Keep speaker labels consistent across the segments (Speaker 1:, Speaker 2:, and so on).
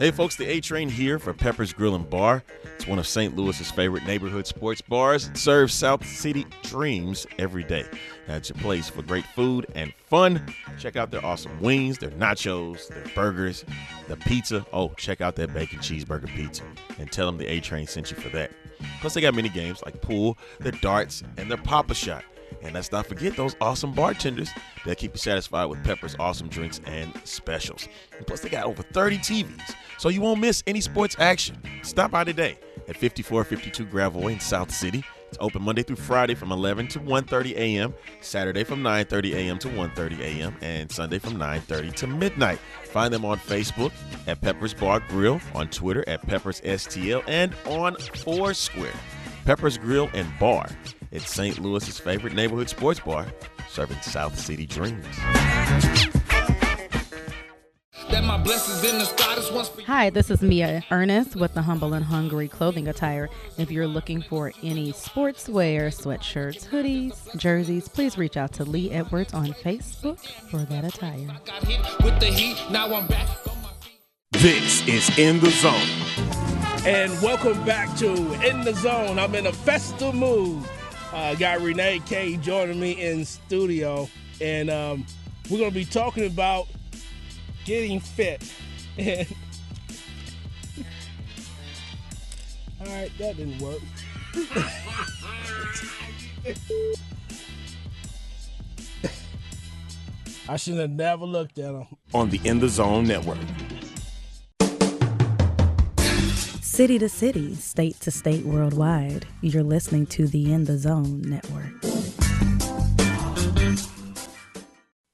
Speaker 1: Hey, folks, the A Train here for Pepper's Grill and Bar. It's one of St. Louis's favorite neighborhood sports bars. It serves South City dreams every day. That's your place for great food and fun. Check out their awesome wings, their nachos, their burgers, the pizza. Oh, check out that bacon cheeseburger pizza and tell them the A Train sent you for that. Plus, they got mini games like pool, their darts, and their Papa Shot. And let's not forget those awesome bartenders that keep you satisfied with Pepper's awesome drinks and specials. And plus, they got over 30 TVs, so you won't miss any sports action. Stop by today at 5452 Gravoy in South City. It's open Monday through Friday from 11 to 1:30 a.m., Saturday from 9:30 a.m. to 1:30 a.m., and Sunday from 9:30 to midnight. Find them on Facebook at Pepper's Bar Grill, on Twitter at Pepper's STL, and on Foursquare. Pepper's Grill and Bar. It's St. Louis's favorite neighborhood sports bar, serving South City dreams.
Speaker 2: Hi, this is Mia Ernest with the Humble and Hungry Clothing Attire. If you're looking for any sportswear, sweatshirts, hoodies, jerseys, please reach out to Lee Edwards on Facebook for that attire.
Speaker 3: This is In the Zone.
Speaker 4: And welcome back to In the Zone. I'm in a festive mood. Uh, got Renee K joining me in studio, and um, we're gonna be talking about getting fit. And all right, that didn't work. I should have never looked at him.
Speaker 3: on the In the Zone Network.
Speaker 2: City to city, state to state, worldwide, you're listening to the In the Zone Network.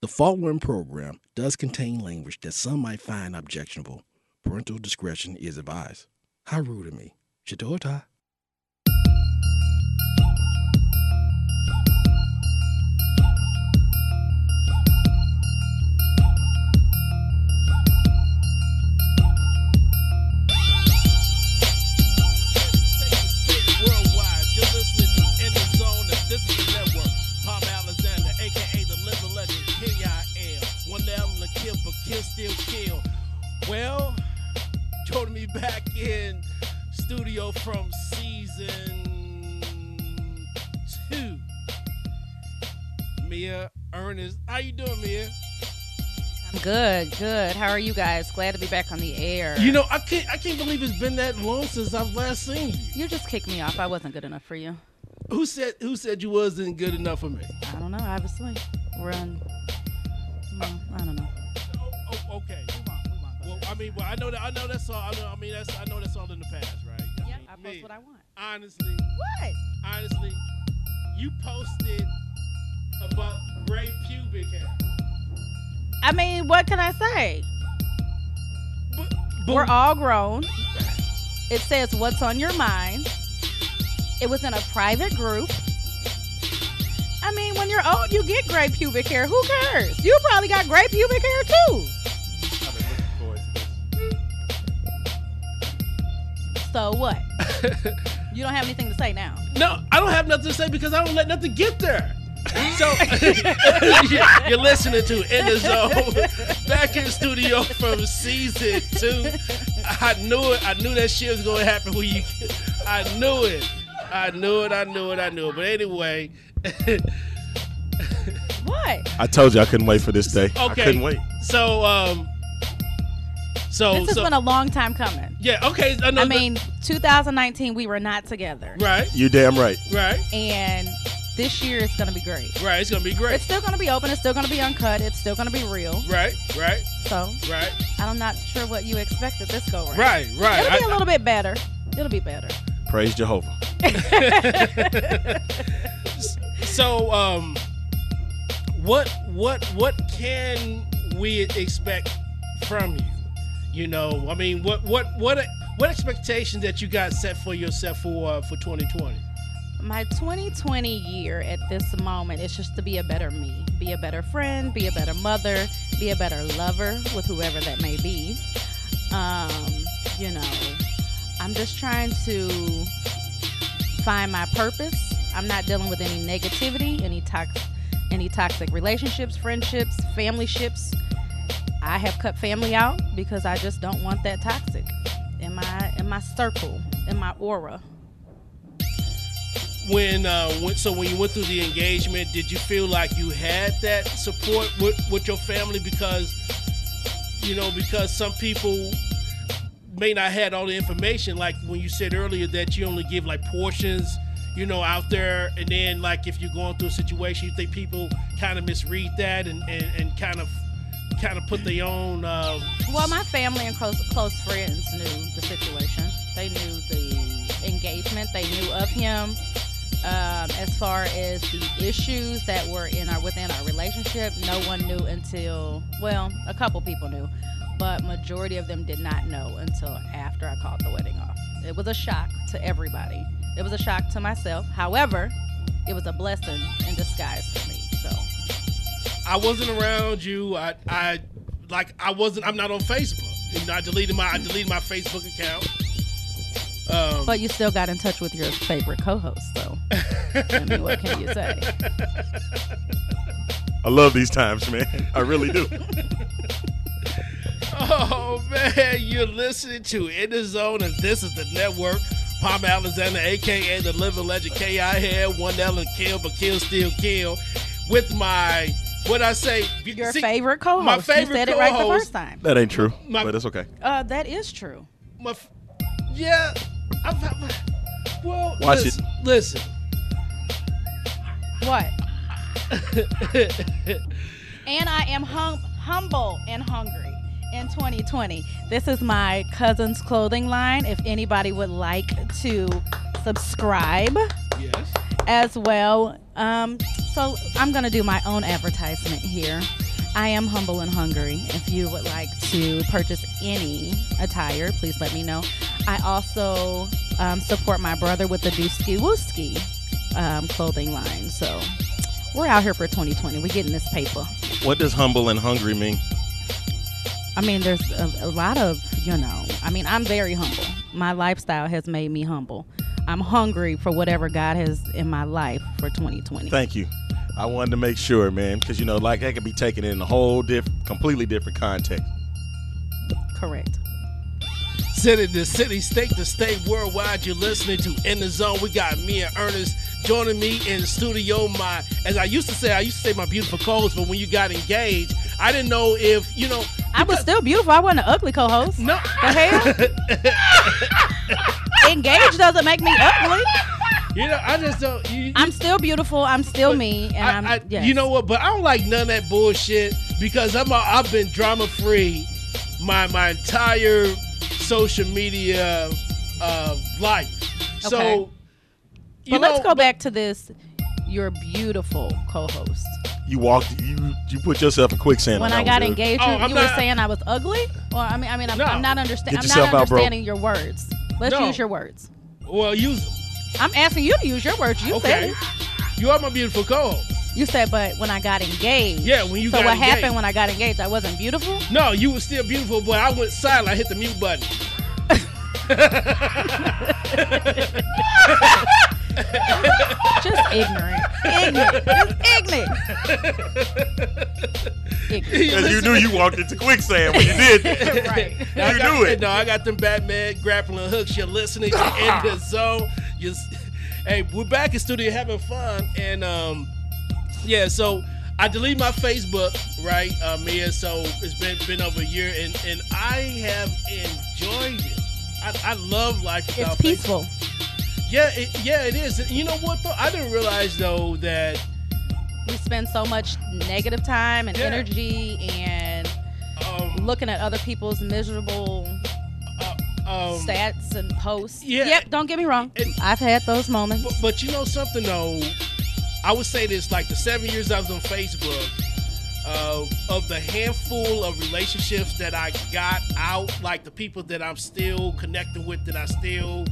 Speaker 4: The following program does contain language that some might find objectionable. Parental discretion is advised. How rude of me. Shadota.
Speaker 5: Worldwide, you're listening to In the Zone, and this is the network. Pop Alexander, aka the living legend, here I am. eh? One album to kill, but kill still kill. Well, joining me back in studio from season two. Mia Ernest, how you doing, Mia?
Speaker 6: I'm good, good. How are you guys? Glad to be back on the air.
Speaker 4: You know, I can't I can't believe it's been that long since I've last seen you.
Speaker 6: You just kicked me off. I wasn't good enough for you.
Speaker 4: Who said who said you wasn't good enough for me?
Speaker 6: I don't know. Obviously, we're on. No, I don't know.
Speaker 5: Oh, oh okay. Well, I mean, well, I know that I know that's all. I know. I mean, that's I know that's all in the past, right? I
Speaker 6: Yeah,
Speaker 5: mean,
Speaker 6: I
Speaker 5: me,
Speaker 6: post what I want.
Speaker 5: Honestly,
Speaker 6: What?
Speaker 5: honestly, you posted about gray pubic hair.
Speaker 6: I mean, what can I say?
Speaker 5: But, but
Speaker 6: We're all grown. It says what's on your mind. It was in a private group. I mean, when you're old, you get gray pubic hair. Who cares? You probably got gray pubic hair too. So what? you don't have anything to say now.
Speaker 5: no, I don't have nothing to say because I don't let nothing get there. So you're- you're listening to In the Zone, back in studio from season two. I knew it. I knew that shit was gonna happen when you. I knew it. I knew it. I knew it. I knew it. But anyway,
Speaker 6: What?
Speaker 1: I told you I couldn't wait for this day. I
Speaker 5: Okay.
Speaker 1: couldn't wait.
Speaker 5: so um, so
Speaker 6: This has
Speaker 5: Oh, so
Speaker 6: been a long time coming.
Speaker 5: yeah. Okay. I, know
Speaker 6: I
Speaker 5: that-
Speaker 6: mean, 2019, we were not together.
Speaker 5: right,
Speaker 1: You damn right.
Speaker 5: right,
Speaker 6: And this year is going to be great.
Speaker 5: right. It's gonna be great.
Speaker 6: It's still going to be open. It's still going to be uncut. It's still going to be real.
Speaker 5: right, right,
Speaker 6: So
Speaker 5: right,
Speaker 6: I'm not sure what you expected this go round.
Speaker 5: right, right.
Speaker 6: It'll be
Speaker 5: I-
Speaker 6: a little bit better. It'll be better.
Speaker 1: Praise Jehovah.
Speaker 5: So, um, what what what can we expect from you? You know, I mean, what what what what expectations that you got set for yourself for uh, for 2020?
Speaker 6: My 2020 year at this moment is just to be a better me, be a better friend, be a better mother, be a better lover with whoever that may be. Um, you know, I'm just trying to find my purpose. I'm not dealing with any negativity, any tox, any toxic relationships, friendships, family ships, I have cut family out because I just don't want that toxic in my in my circle, in my aura.
Speaker 5: when uh when, so when you went through the engagement did you feel like you had that support with with your family because you know because some people may not had all the information like when you said earlier that you only give like portions you know out there and then like if you're going through a situation you think people kind of misread that and and, and kind of kind of put their own uh,
Speaker 6: Well, my family and close close friends knew the situation. They knew the engagement. They knew of him. Um, as far as the issues that were in our within our relationship, no one knew until well, a couple people knew, but majority of them did not know until after I called the wedding off. It was a shock to everybody. It was a shock to myself. However, it was a blessing in disguise for me. So
Speaker 5: I wasn't around you. I, I, like, I wasn't. I'm not on Facebook. You know, I deleted my, I deleted my Facebook account. Um,
Speaker 6: But you still got in touch with your favorite co-host, so I mean, what can you say?
Speaker 1: I love these times, man. I really do.
Speaker 5: oh man, you're listening to In the Zone, and this is the network. Palm Alexander, aka the Living Legend, Ki Head, one L and kill, but kill still kill. With my, what I say,
Speaker 6: Your
Speaker 5: see,
Speaker 6: favorite co-host.
Speaker 5: My favorite
Speaker 6: you said it right the
Speaker 5: co-host.
Speaker 6: first time.
Speaker 1: That ain't true,
Speaker 5: My-
Speaker 1: but it's okay.
Speaker 6: Uh, that is true.
Speaker 5: My, f- yeah, I've, I've- well,
Speaker 1: Watch
Speaker 5: listen, listen.
Speaker 6: What? and I am hum- humble and hungry in 2020. This is my cousin's clothing line. If anybody would like to subscribe
Speaker 5: Yes.
Speaker 6: as well, um, so I'm gonna do my own advertisement here. I am humble and hungry. If you would like to purchase any attire, please let me know. I also um, support my brother with the Dooski Wooski um, clothing line. So we're out here for 2020. We're getting this paper.
Speaker 1: What does humble and hungry mean?
Speaker 6: I mean, there's a, a lot of, you know, I mean, I'm very humble. My lifestyle has made me humble. I'm hungry for whatever God has in my life for 2020.
Speaker 1: Thank you. I wanted to make sure, man, because you know, like that could be taken in a whole different, completely different context.
Speaker 6: Correct.
Speaker 5: City to city, state to state, worldwide, you're listening to In the Zone. We got me and Ernest joining me in studio. My, as I used to say, I used to say my beautiful co-host, but when you got engaged, I didn't know if, you know,
Speaker 6: I was still beautiful. I wasn't an ugly co host.
Speaker 5: no,
Speaker 6: The hell? Engaged doesn't make me ugly.
Speaker 5: you know, I just don't, you,
Speaker 6: I'm still beautiful. I'm still me. And
Speaker 5: I-
Speaker 6: I'm,
Speaker 5: I-
Speaker 6: yes.
Speaker 5: you know what, but I don't like none of that bullshit because I'm, a, I've been drama free my, my entire social media, uh, life.
Speaker 6: Okay.
Speaker 5: So, you
Speaker 6: but let's
Speaker 5: know,
Speaker 6: go back to this. You're beautiful co host.
Speaker 1: You walked, you you put yourself in quicksand.
Speaker 6: when
Speaker 1: on
Speaker 6: I
Speaker 1: that
Speaker 6: got
Speaker 1: one, dude.
Speaker 6: engaged,
Speaker 5: Oh,
Speaker 6: you,
Speaker 5: I'm
Speaker 6: you
Speaker 5: not-
Speaker 6: were saying I was ugly. Or I mean, I mean, I'm,
Speaker 5: No.
Speaker 6: I'm not
Speaker 1: Get
Speaker 6: understanding. I'm
Speaker 1: yourself
Speaker 6: not
Speaker 1: out, bro.
Speaker 6: understanding your words. Let's
Speaker 5: No.
Speaker 6: use your words.
Speaker 5: Well, you,
Speaker 6: I'm asking you to use your words. You said
Speaker 5: okay.
Speaker 6: it.
Speaker 5: You are my beautiful co-host.
Speaker 6: You said, but when I got engaged.
Speaker 5: Yeah, when you
Speaker 6: so
Speaker 5: got
Speaker 6: what
Speaker 5: engaged.
Speaker 6: happened when I got engaged? I wasn't beautiful.
Speaker 5: No, you were still beautiful, but I went silent. I hit the mute button.
Speaker 6: Just ignorant. ignorant. Just ignorant. ignorant.
Speaker 1: Because you knew you walked into quicksand when you did. that.
Speaker 6: Right.
Speaker 5: I
Speaker 1: You
Speaker 5: got-
Speaker 1: knew it.
Speaker 5: No, I got them Batman grappling hooks. You're listening to In the Zone. You, s- hey, we're back in studio having fun, and um, yeah. So I delete my Facebook, right, uh, Mia. So it's been been over a year, and and I have enjoyed it. I, I love life.
Speaker 6: It's
Speaker 5: without Facebook.
Speaker 6: peaceful.
Speaker 5: Yeah, it, yeah, it is. You know what though? I didn't realize though that
Speaker 6: We spend so much negative time and
Speaker 5: Yeah.
Speaker 6: energy and
Speaker 5: um,
Speaker 6: looking at other people's miserable
Speaker 5: um
Speaker 6: stats and posts.
Speaker 5: yeah.
Speaker 6: Yep, don't get me wrong.
Speaker 5: It-
Speaker 6: I've had those moments.
Speaker 5: But, but you know something though, I would say this: like the seven years I was on Facebook, uh, of the handful of relationships that I got out, like the people that I'm still connecting with, that I still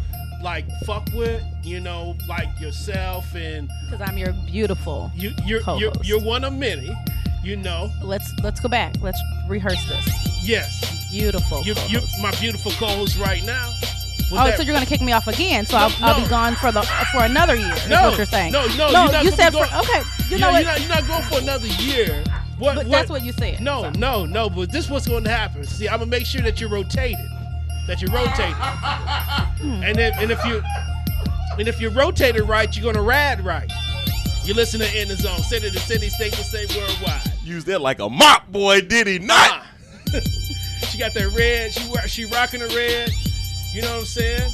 Speaker 5: like fuck with, you know, like yourself and
Speaker 6: Because I'm your beautiful.
Speaker 5: you, you're you're
Speaker 6: Co-host.
Speaker 5: you're one of many, you know.
Speaker 6: Let's let's go back. Let's rehearse this.
Speaker 5: Yes,
Speaker 6: Beautiful.
Speaker 5: you you
Speaker 6: Oh, co-host.
Speaker 5: my beautiful co-host right now. Was
Speaker 6: oh,
Speaker 5: that-
Speaker 6: so you're gonna kick me off again? So I'll,
Speaker 5: No,
Speaker 6: I'll
Speaker 5: no.
Speaker 6: be gone for the for another year. is
Speaker 5: No,
Speaker 6: what you're saying?
Speaker 5: no, no, you're
Speaker 6: No,
Speaker 5: not
Speaker 6: you
Speaker 5: gonna
Speaker 6: said
Speaker 5: be
Speaker 6: for
Speaker 5: gone.
Speaker 6: okay. You know
Speaker 5: You know,
Speaker 6: what?
Speaker 5: you're, not, you're not going for another year. What,
Speaker 6: But that's what you said.
Speaker 5: No,
Speaker 6: So-
Speaker 5: no, no. But this what's going to happen. See, I'm gonna make sure that you're rotated, that you're rotated,
Speaker 6: Hmm.
Speaker 5: and if and if you and if you're rotated right, you're gonna ride right. You listen to In the Zone, city to city, state to state, worldwide.
Speaker 1: Used that like a mop, boy, did he not?
Speaker 5: She got that red. She wear, she rocking the red. You know what I'm saying?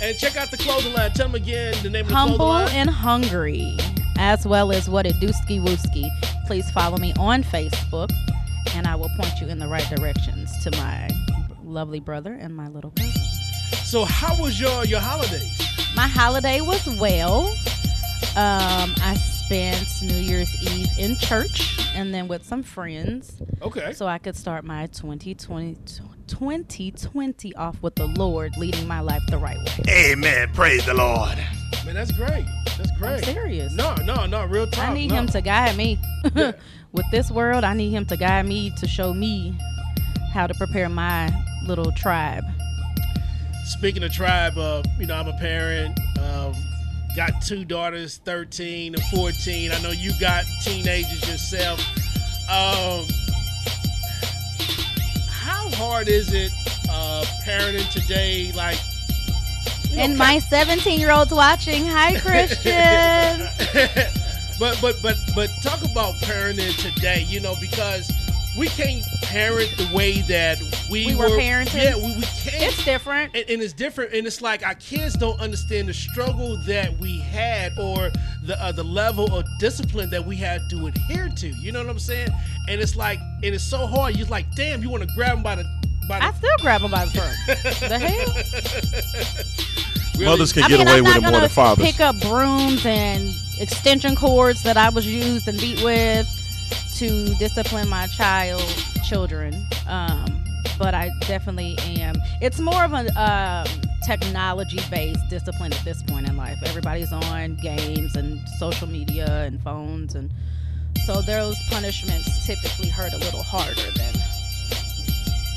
Speaker 5: And check out the clothing line. Tell them again the name of the
Speaker 6: Humble
Speaker 5: clothing line.
Speaker 6: and hungry, as well as what it dooski wooski. Please follow me on Facebook, and I will point you in the right directions to my lovely brother and my little cousin.
Speaker 5: so how was your your holidays?
Speaker 6: My holiday was well. Um, I spent New Year's Eve in church and then with some friends.
Speaker 5: Okay.
Speaker 6: so I could start my 2020, 2020 off with the Lord leading my life the right way.
Speaker 3: Amen. Praise the Lord.
Speaker 5: Man, that's great. That's great.
Speaker 6: serious.
Speaker 5: No, no, no. Real talk.
Speaker 6: I need
Speaker 5: no.
Speaker 6: him to guide me. with this world, I need him to guide me to show me how to prepare my little tribe.
Speaker 5: Speaking of tribe, uh, you know, I'm a parent. Um, got two daughters, 13 and 14. I know you got teenagers yourself. Um, how hard is it uh, parenting today? Like, you know,
Speaker 6: And my 17 year old's watching. Hi, Christian.
Speaker 5: but but but but talk about parenting today, you know, because we can't parent the way that we,
Speaker 6: We were parented?
Speaker 5: Yeah, we, we can't.
Speaker 6: it's different.
Speaker 5: and, and it's different and it's like our kids don't understand the struggle that we had or the uh, the level of discipline that we had to adhere to you know what i'm saying and it's like and it's so hard you're like damn you want to grab them by the by the
Speaker 6: I still grab him by the throat. the hell?
Speaker 5: really-
Speaker 1: Mothers can
Speaker 6: I
Speaker 1: get
Speaker 6: mean,
Speaker 1: away
Speaker 6: I'm
Speaker 1: with
Speaker 6: not
Speaker 1: it more
Speaker 6: gonna
Speaker 1: than fathers.
Speaker 6: Pick up brooms and extension cords that I was used and beat with to discipline my child children. Um, but I definitely am. It's more of a um, technology based discipline at this point in life. Everybody's on games and social media and phones and. So those punishments typically hurt a little harder than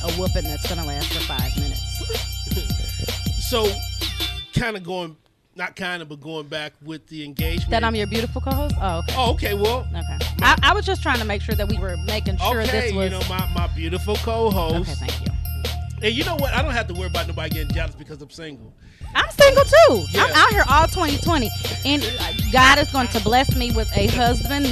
Speaker 6: a whooping that's gonna last for five minutes.
Speaker 5: so kind of going not kind of but going back with the engagement
Speaker 6: That I'm your beautiful co-host. Oh, okay.
Speaker 5: oh okay well
Speaker 6: Okay. I, I was just trying to make sure that we were making sure
Speaker 5: okay
Speaker 6: this was.
Speaker 5: you know my, my beautiful co-host
Speaker 6: okay, thank you.
Speaker 5: and you know what i don't have to worry about nobody getting jealous because i'm single
Speaker 6: I'm single too. I'm
Speaker 5: Yeah.
Speaker 6: out here all 2020, and uh, God is going to bless me with a husband,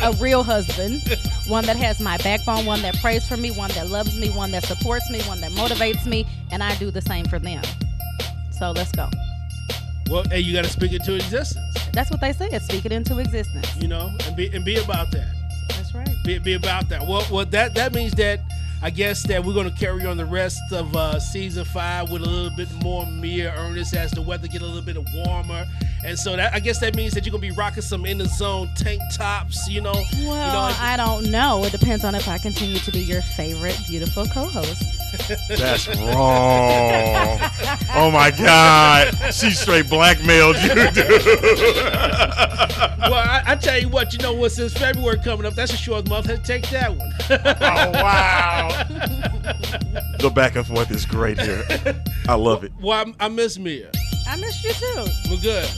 Speaker 6: a real husband, one that has my backbone, one that prays for me, one that loves me, one that supports me, one that motivates me, and I do the same for them. So let's go.
Speaker 5: well hey you got to speak into existence
Speaker 6: That's what they said. Speak it into existence.
Speaker 5: you know, and be and be about that.
Speaker 6: That's right.
Speaker 5: Be, be about that. Well, well, that that means that I guess that we're going to carry on the rest of uh, season five with a little bit more mere earnest as the weather get a little bit warmer, and so that I guess that means that you're going to be rocking some in the zone tank tops, you know.
Speaker 6: Well,
Speaker 5: you know, and-
Speaker 6: I don't know. It depends on if I continue to be your favorite beautiful co-host.
Speaker 1: That's wrong. oh my God. She straight blackmailed you, dude.
Speaker 5: well, I, I tell you what, you know what? Since February coming up, that's a short month. Hey, Take that one.
Speaker 1: Oh wow. the back and forth is great here. I love it.
Speaker 5: well, I, I miss Mia.
Speaker 6: I miss you too.
Speaker 5: We're good.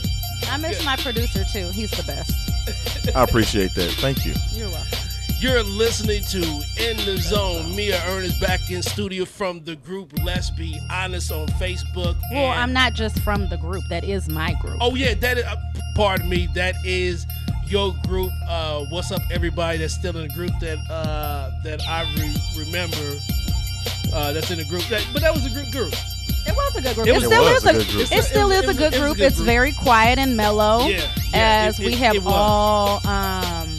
Speaker 6: I miss my producer too. He's the best.
Speaker 1: I appreciate that. Thank you.
Speaker 6: You're welcome.
Speaker 5: You're listening to In the Zone. Mia Ernest back in studio from the group Let's Be Honest on Facebook.
Speaker 6: Well,
Speaker 5: and-
Speaker 6: I'm not just from the group. That is my group.
Speaker 5: Oh yeah, that is. Uh, pardon me. That is your group. Uh, what's up, everybody? That's still in the group that uh, that I re- remember. Uh, that's in the group. That, but that was a good group.
Speaker 6: It was a good group.
Speaker 5: It
Speaker 6: It,
Speaker 5: was-
Speaker 6: still
Speaker 1: it was
Speaker 6: is
Speaker 1: a
Speaker 6: a
Speaker 1: good group.
Speaker 6: It still
Speaker 5: It
Speaker 6: is a good
Speaker 5: was- it was- it was a
Speaker 6: group.
Speaker 5: good
Speaker 6: It's
Speaker 5: group.
Speaker 6: very quiet and mellow.
Speaker 5: Yeah, yeah,
Speaker 6: as
Speaker 5: it-
Speaker 6: we
Speaker 5: it-
Speaker 6: have
Speaker 5: it was.
Speaker 6: all um,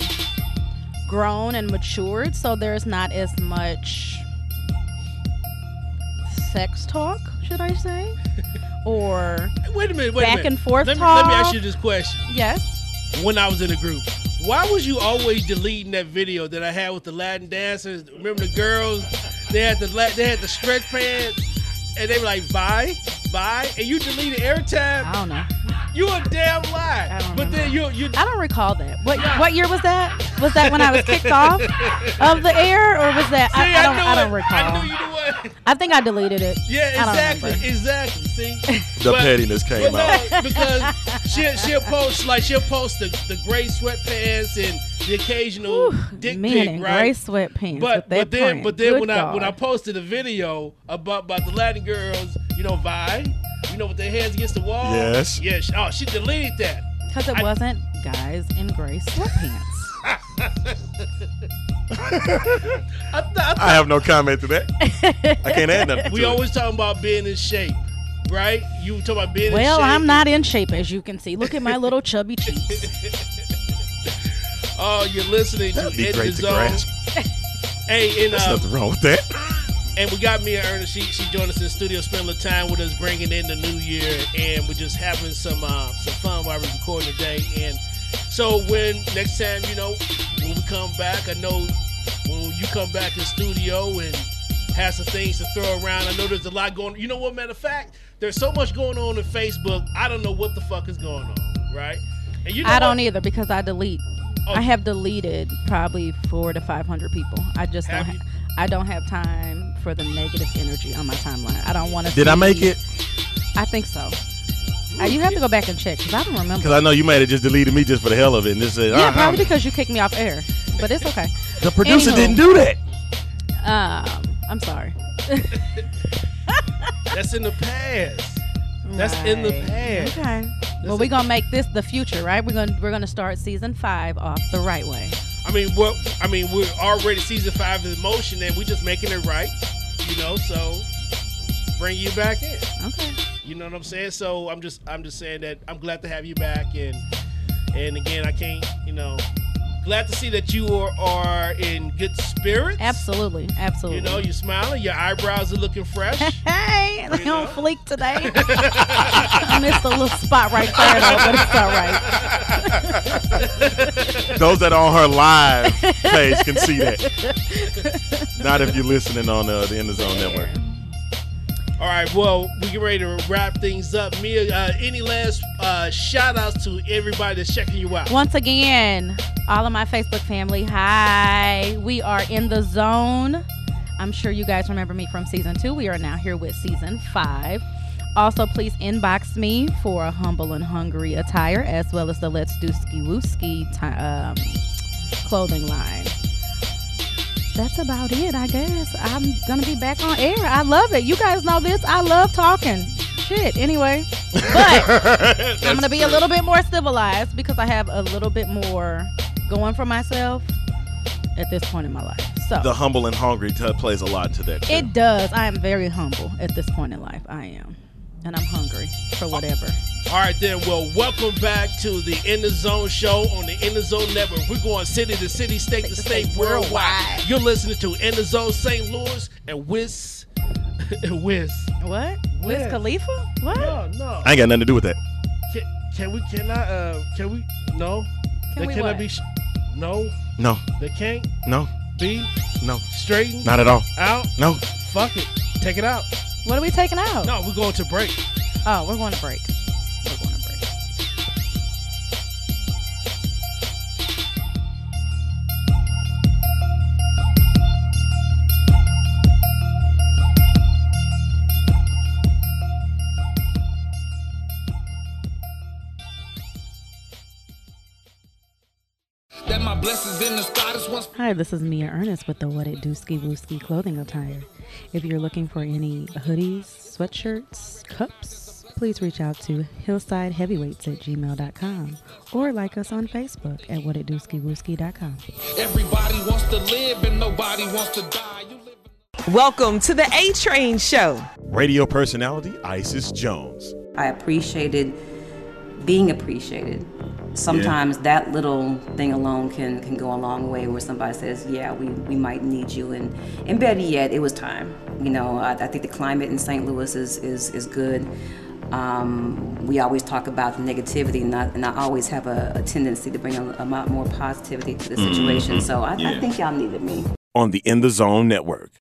Speaker 6: grown and matured, so there's not as much sex talk, should I say? or
Speaker 5: Wait a minute. Wait a
Speaker 6: Back
Speaker 5: minute.
Speaker 6: and forth
Speaker 5: Let me, let me ask
Speaker 6: talk.
Speaker 5: you this question.
Speaker 6: yes,
Speaker 5: When I was in the group, why was you always deleting that video that I had with the Latin dancers? Remember the girls? They had the la- they had the stretch pants, and they were like bye, bye, and you deleted every time.
Speaker 6: Oh, I don't know.
Speaker 5: You a damn lie.
Speaker 6: I don't
Speaker 5: but then you you
Speaker 6: I don't recall that. What what year was that? Was that when I was kicked off of the air, or was that
Speaker 5: See,
Speaker 6: I, I don't
Speaker 5: knew
Speaker 6: I don't
Speaker 5: it.
Speaker 6: recall.
Speaker 5: I knew you knew what.
Speaker 6: I think I deleted it.
Speaker 5: Yeah,
Speaker 6: I don't
Speaker 5: exactly,
Speaker 6: remember.
Speaker 5: exactly. See,
Speaker 1: The
Speaker 5: But-
Speaker 1: pettiness
Speaker 5: But
Speaker 1: came
Speaker 5: no,
Speaker 1: out.
Speaker 5: because she she'll post like she'll post the, the gray sweatpants and the occasional dick
Speaker 2: men
Speaker 5: pic,
Speaker 2: in
Speaker 5: right?
Speaker 2: gray sweatpants.
Speaker 5: but
Speaker 2: with that
Speaker 5: but then
Speaker 2: print.
Speaker 5: but then
Speaker 2: Good
Speaker 5: when I when I
Speaker 2: God.
Speaker 5: posted a video about about the Latin girls, you know, Vi, you know, with their hands against the wall.
Speaker 1: Yes.
Speaker 5: Yes. Yeah, oh, she deleted that.
Speaker 2: Because it wasn't guys in gray sweatpants.
Speaker 5: I th- I
Speaker 1: I have no comment to that. I can't add nothing.
Speaker 5: We
Speaker 1: to it.
Speaker 5: always talking about being in shape, right? You talking about being in shape.
Speaker 2: Well, I'm not in shape, as you can see. Look at my little chubby cheeks.
Speaker 5: Oh, you're listening to
Speaker 1: That'd be
Speaker 5: In the
Speaker 1: great to
Speaker 5: Zone.
Speaker 1: grasp.
Speaker 5: Hey, and, uh,
Speaker 1: There's nothing wrong with that.
Speaker 5: and we got Mia Ernest. She, she joined us in the studio, spent a little time with us, bringing in the new year, and we're just having some uh, some fun while we're recording today. And so when next time, you know, when we come back, I know when you come back to the studio and have some things to throw around. I know there's a lot going. You know what? Matter of fact, there's so much going on in Facebook. I don't know what the fuck is going on, right? And you know
Speaker 6: I don't
Speaker 5: what?
Speaker 6: either because I delete.
Speaker 5: Oh.
Speaker 6: I have deleted probably four to five hundred people. I just
Speaker 5: Have
Speaker 6: don't.
Speaker 5: you?
Speaker 6: Ha- I don't have time for the negative energy on my timeline. I don't want to.
Speaker 1: Did I make it?
Speaker 6: I think so. Uh, you have to go back and check because I don't remember.
Speaker 1: Because I know you might have just deleted me just for the hell of it. And just said,
Speaker 6: Yeah,
Speaker 1: "Uh-uh."
Speaker 6: probably because you kicked me off air, but it's okay.
Speaker 1: the producer
Speaker 6: Anywho.
Speaker 1: didn't do that.
Speaker 6: Um, I'm sorry.
Speaker 5: That's in the past. That's in the
Speaker 6: e- Right.
Speaker 5: past.
Speaker 6: Okay. Well,
Speaker 5: Listen.
Speaker 6: we're gonna make this the future, right? We're gonna we're gonna start season five off the right way.
Speaker 5: I mean, what? I mean, we're already season five is in motion, and we're just making it right, you know. So bring you back in.
Speaker 6: Okay.
Speaker 5: You know what I'm saying? So I'm just, I'm just saying that I'm glad to have you back, and and again, I can't, you know, glad to see that you are are in good spirits.
Speaker 6: Absolutely. Absolutely.
Speaker 5: You know, you're smiling. Your eyebrows are looking fresh.
Speaker 6: Hey, they
Speaker 5: know?
Speaker 6: on fleek today. I missed a little spot right there, though, but it's all right.
Speaker 1: Those that are on her live page can see that. Not if you're listening on uh, the In the Zone Network.
Speaker 5: All right, well, we get ready to wrap things up. Mia, uh, any last uh, shout outs to everybody that's checking you out?
Speaker 6: Once again, all of my Facebook family, hi. We are in the zone. I'm sure you guys remember me from season two. We are now here with season five. Also, please inbox me for a humble and hungry attire, as well as the Let's Do Ski Woo Ski ti- um, clothing line. That's about it, I guess. I'm gonna be back on air. I love it. You guys know this. I love talking. Shit. Anyway, but. I'm gonna be a little bit more civilized because I have a little bit more going for myself at this point in my life. So
Speaker 1: The humble and hungry t- plays a lot to that. too.
Speaker 6: it does. I am very humble at this point in life. I am, and I'm hungry for
Speaker 5: Uh,
Speaker 6: whatever.
Speaker 5: All right, then. Well, welcome back to the In the Zone show on the In the Zone Network. We're going city to city, state to state, worldwide. You're listening to In the Zone St. Louis and Wiz. and Wiz.
Speaker 6: What? Wiz
Speaker 5: Yes.
Speaker 6: Khalifa? What?
Speaker 5: No, no.
Speaker 1: I ain't got nothing to do with that.
Speaker 5: Can, can we? Can I? Uh, can we? No.
Speaker 6: Can
Speaker 5: they
Speaker 6: we
Speaker 5: cannot
Speaker 6: what?
Speaker 5: be. Sh- no,
Speaker 1: No,
Speaker 5: they can't
Speaker 1: no,
Speaker 5: be
Speaker 1: no,
Speaker 5: straightened
Speaker 1: not at all.
Speaker 5: out.
Speaker 1: No.
Speaker 5: Fuck it. Take it out.
Speaker 6: What are we taking out?
Speaker 5: No, we're going to break.
Speaker 6: Oh, we're going to break. We're going to break.
Speaker 7: That my blessings in the status once
Speaker 2: Hi, this is Mia Ernest with the What It Do Ski Woo Ski clothing attire. If you're looking for any hoodies, sweatshirts, cups, please reach out to hillsideheavyweights at gmail.com or like us on Facebook at What It Do Ski Woo Ski.com.
Speaker 7: everybody wants to live and nobody wants to die. You live
Speaker 8: Welcome to the A Train Show.
Speaker 1: Radio personality Isis Jones.
Speaker 9: I appreciated being appreciated. Sometimes that little thing alone can, can go a long way where somebody says, Yeah, we, we might need you. And, and better yet, it was time. You know, I, I think the climate in St. Louis is, is, is good. Um, we always talk about the negativity, and I, and I always have a, a tendency to bring a, a lot more positivity to the situation. So I, I think y'all needed me.
Speaker 3: On the In the Zone Network.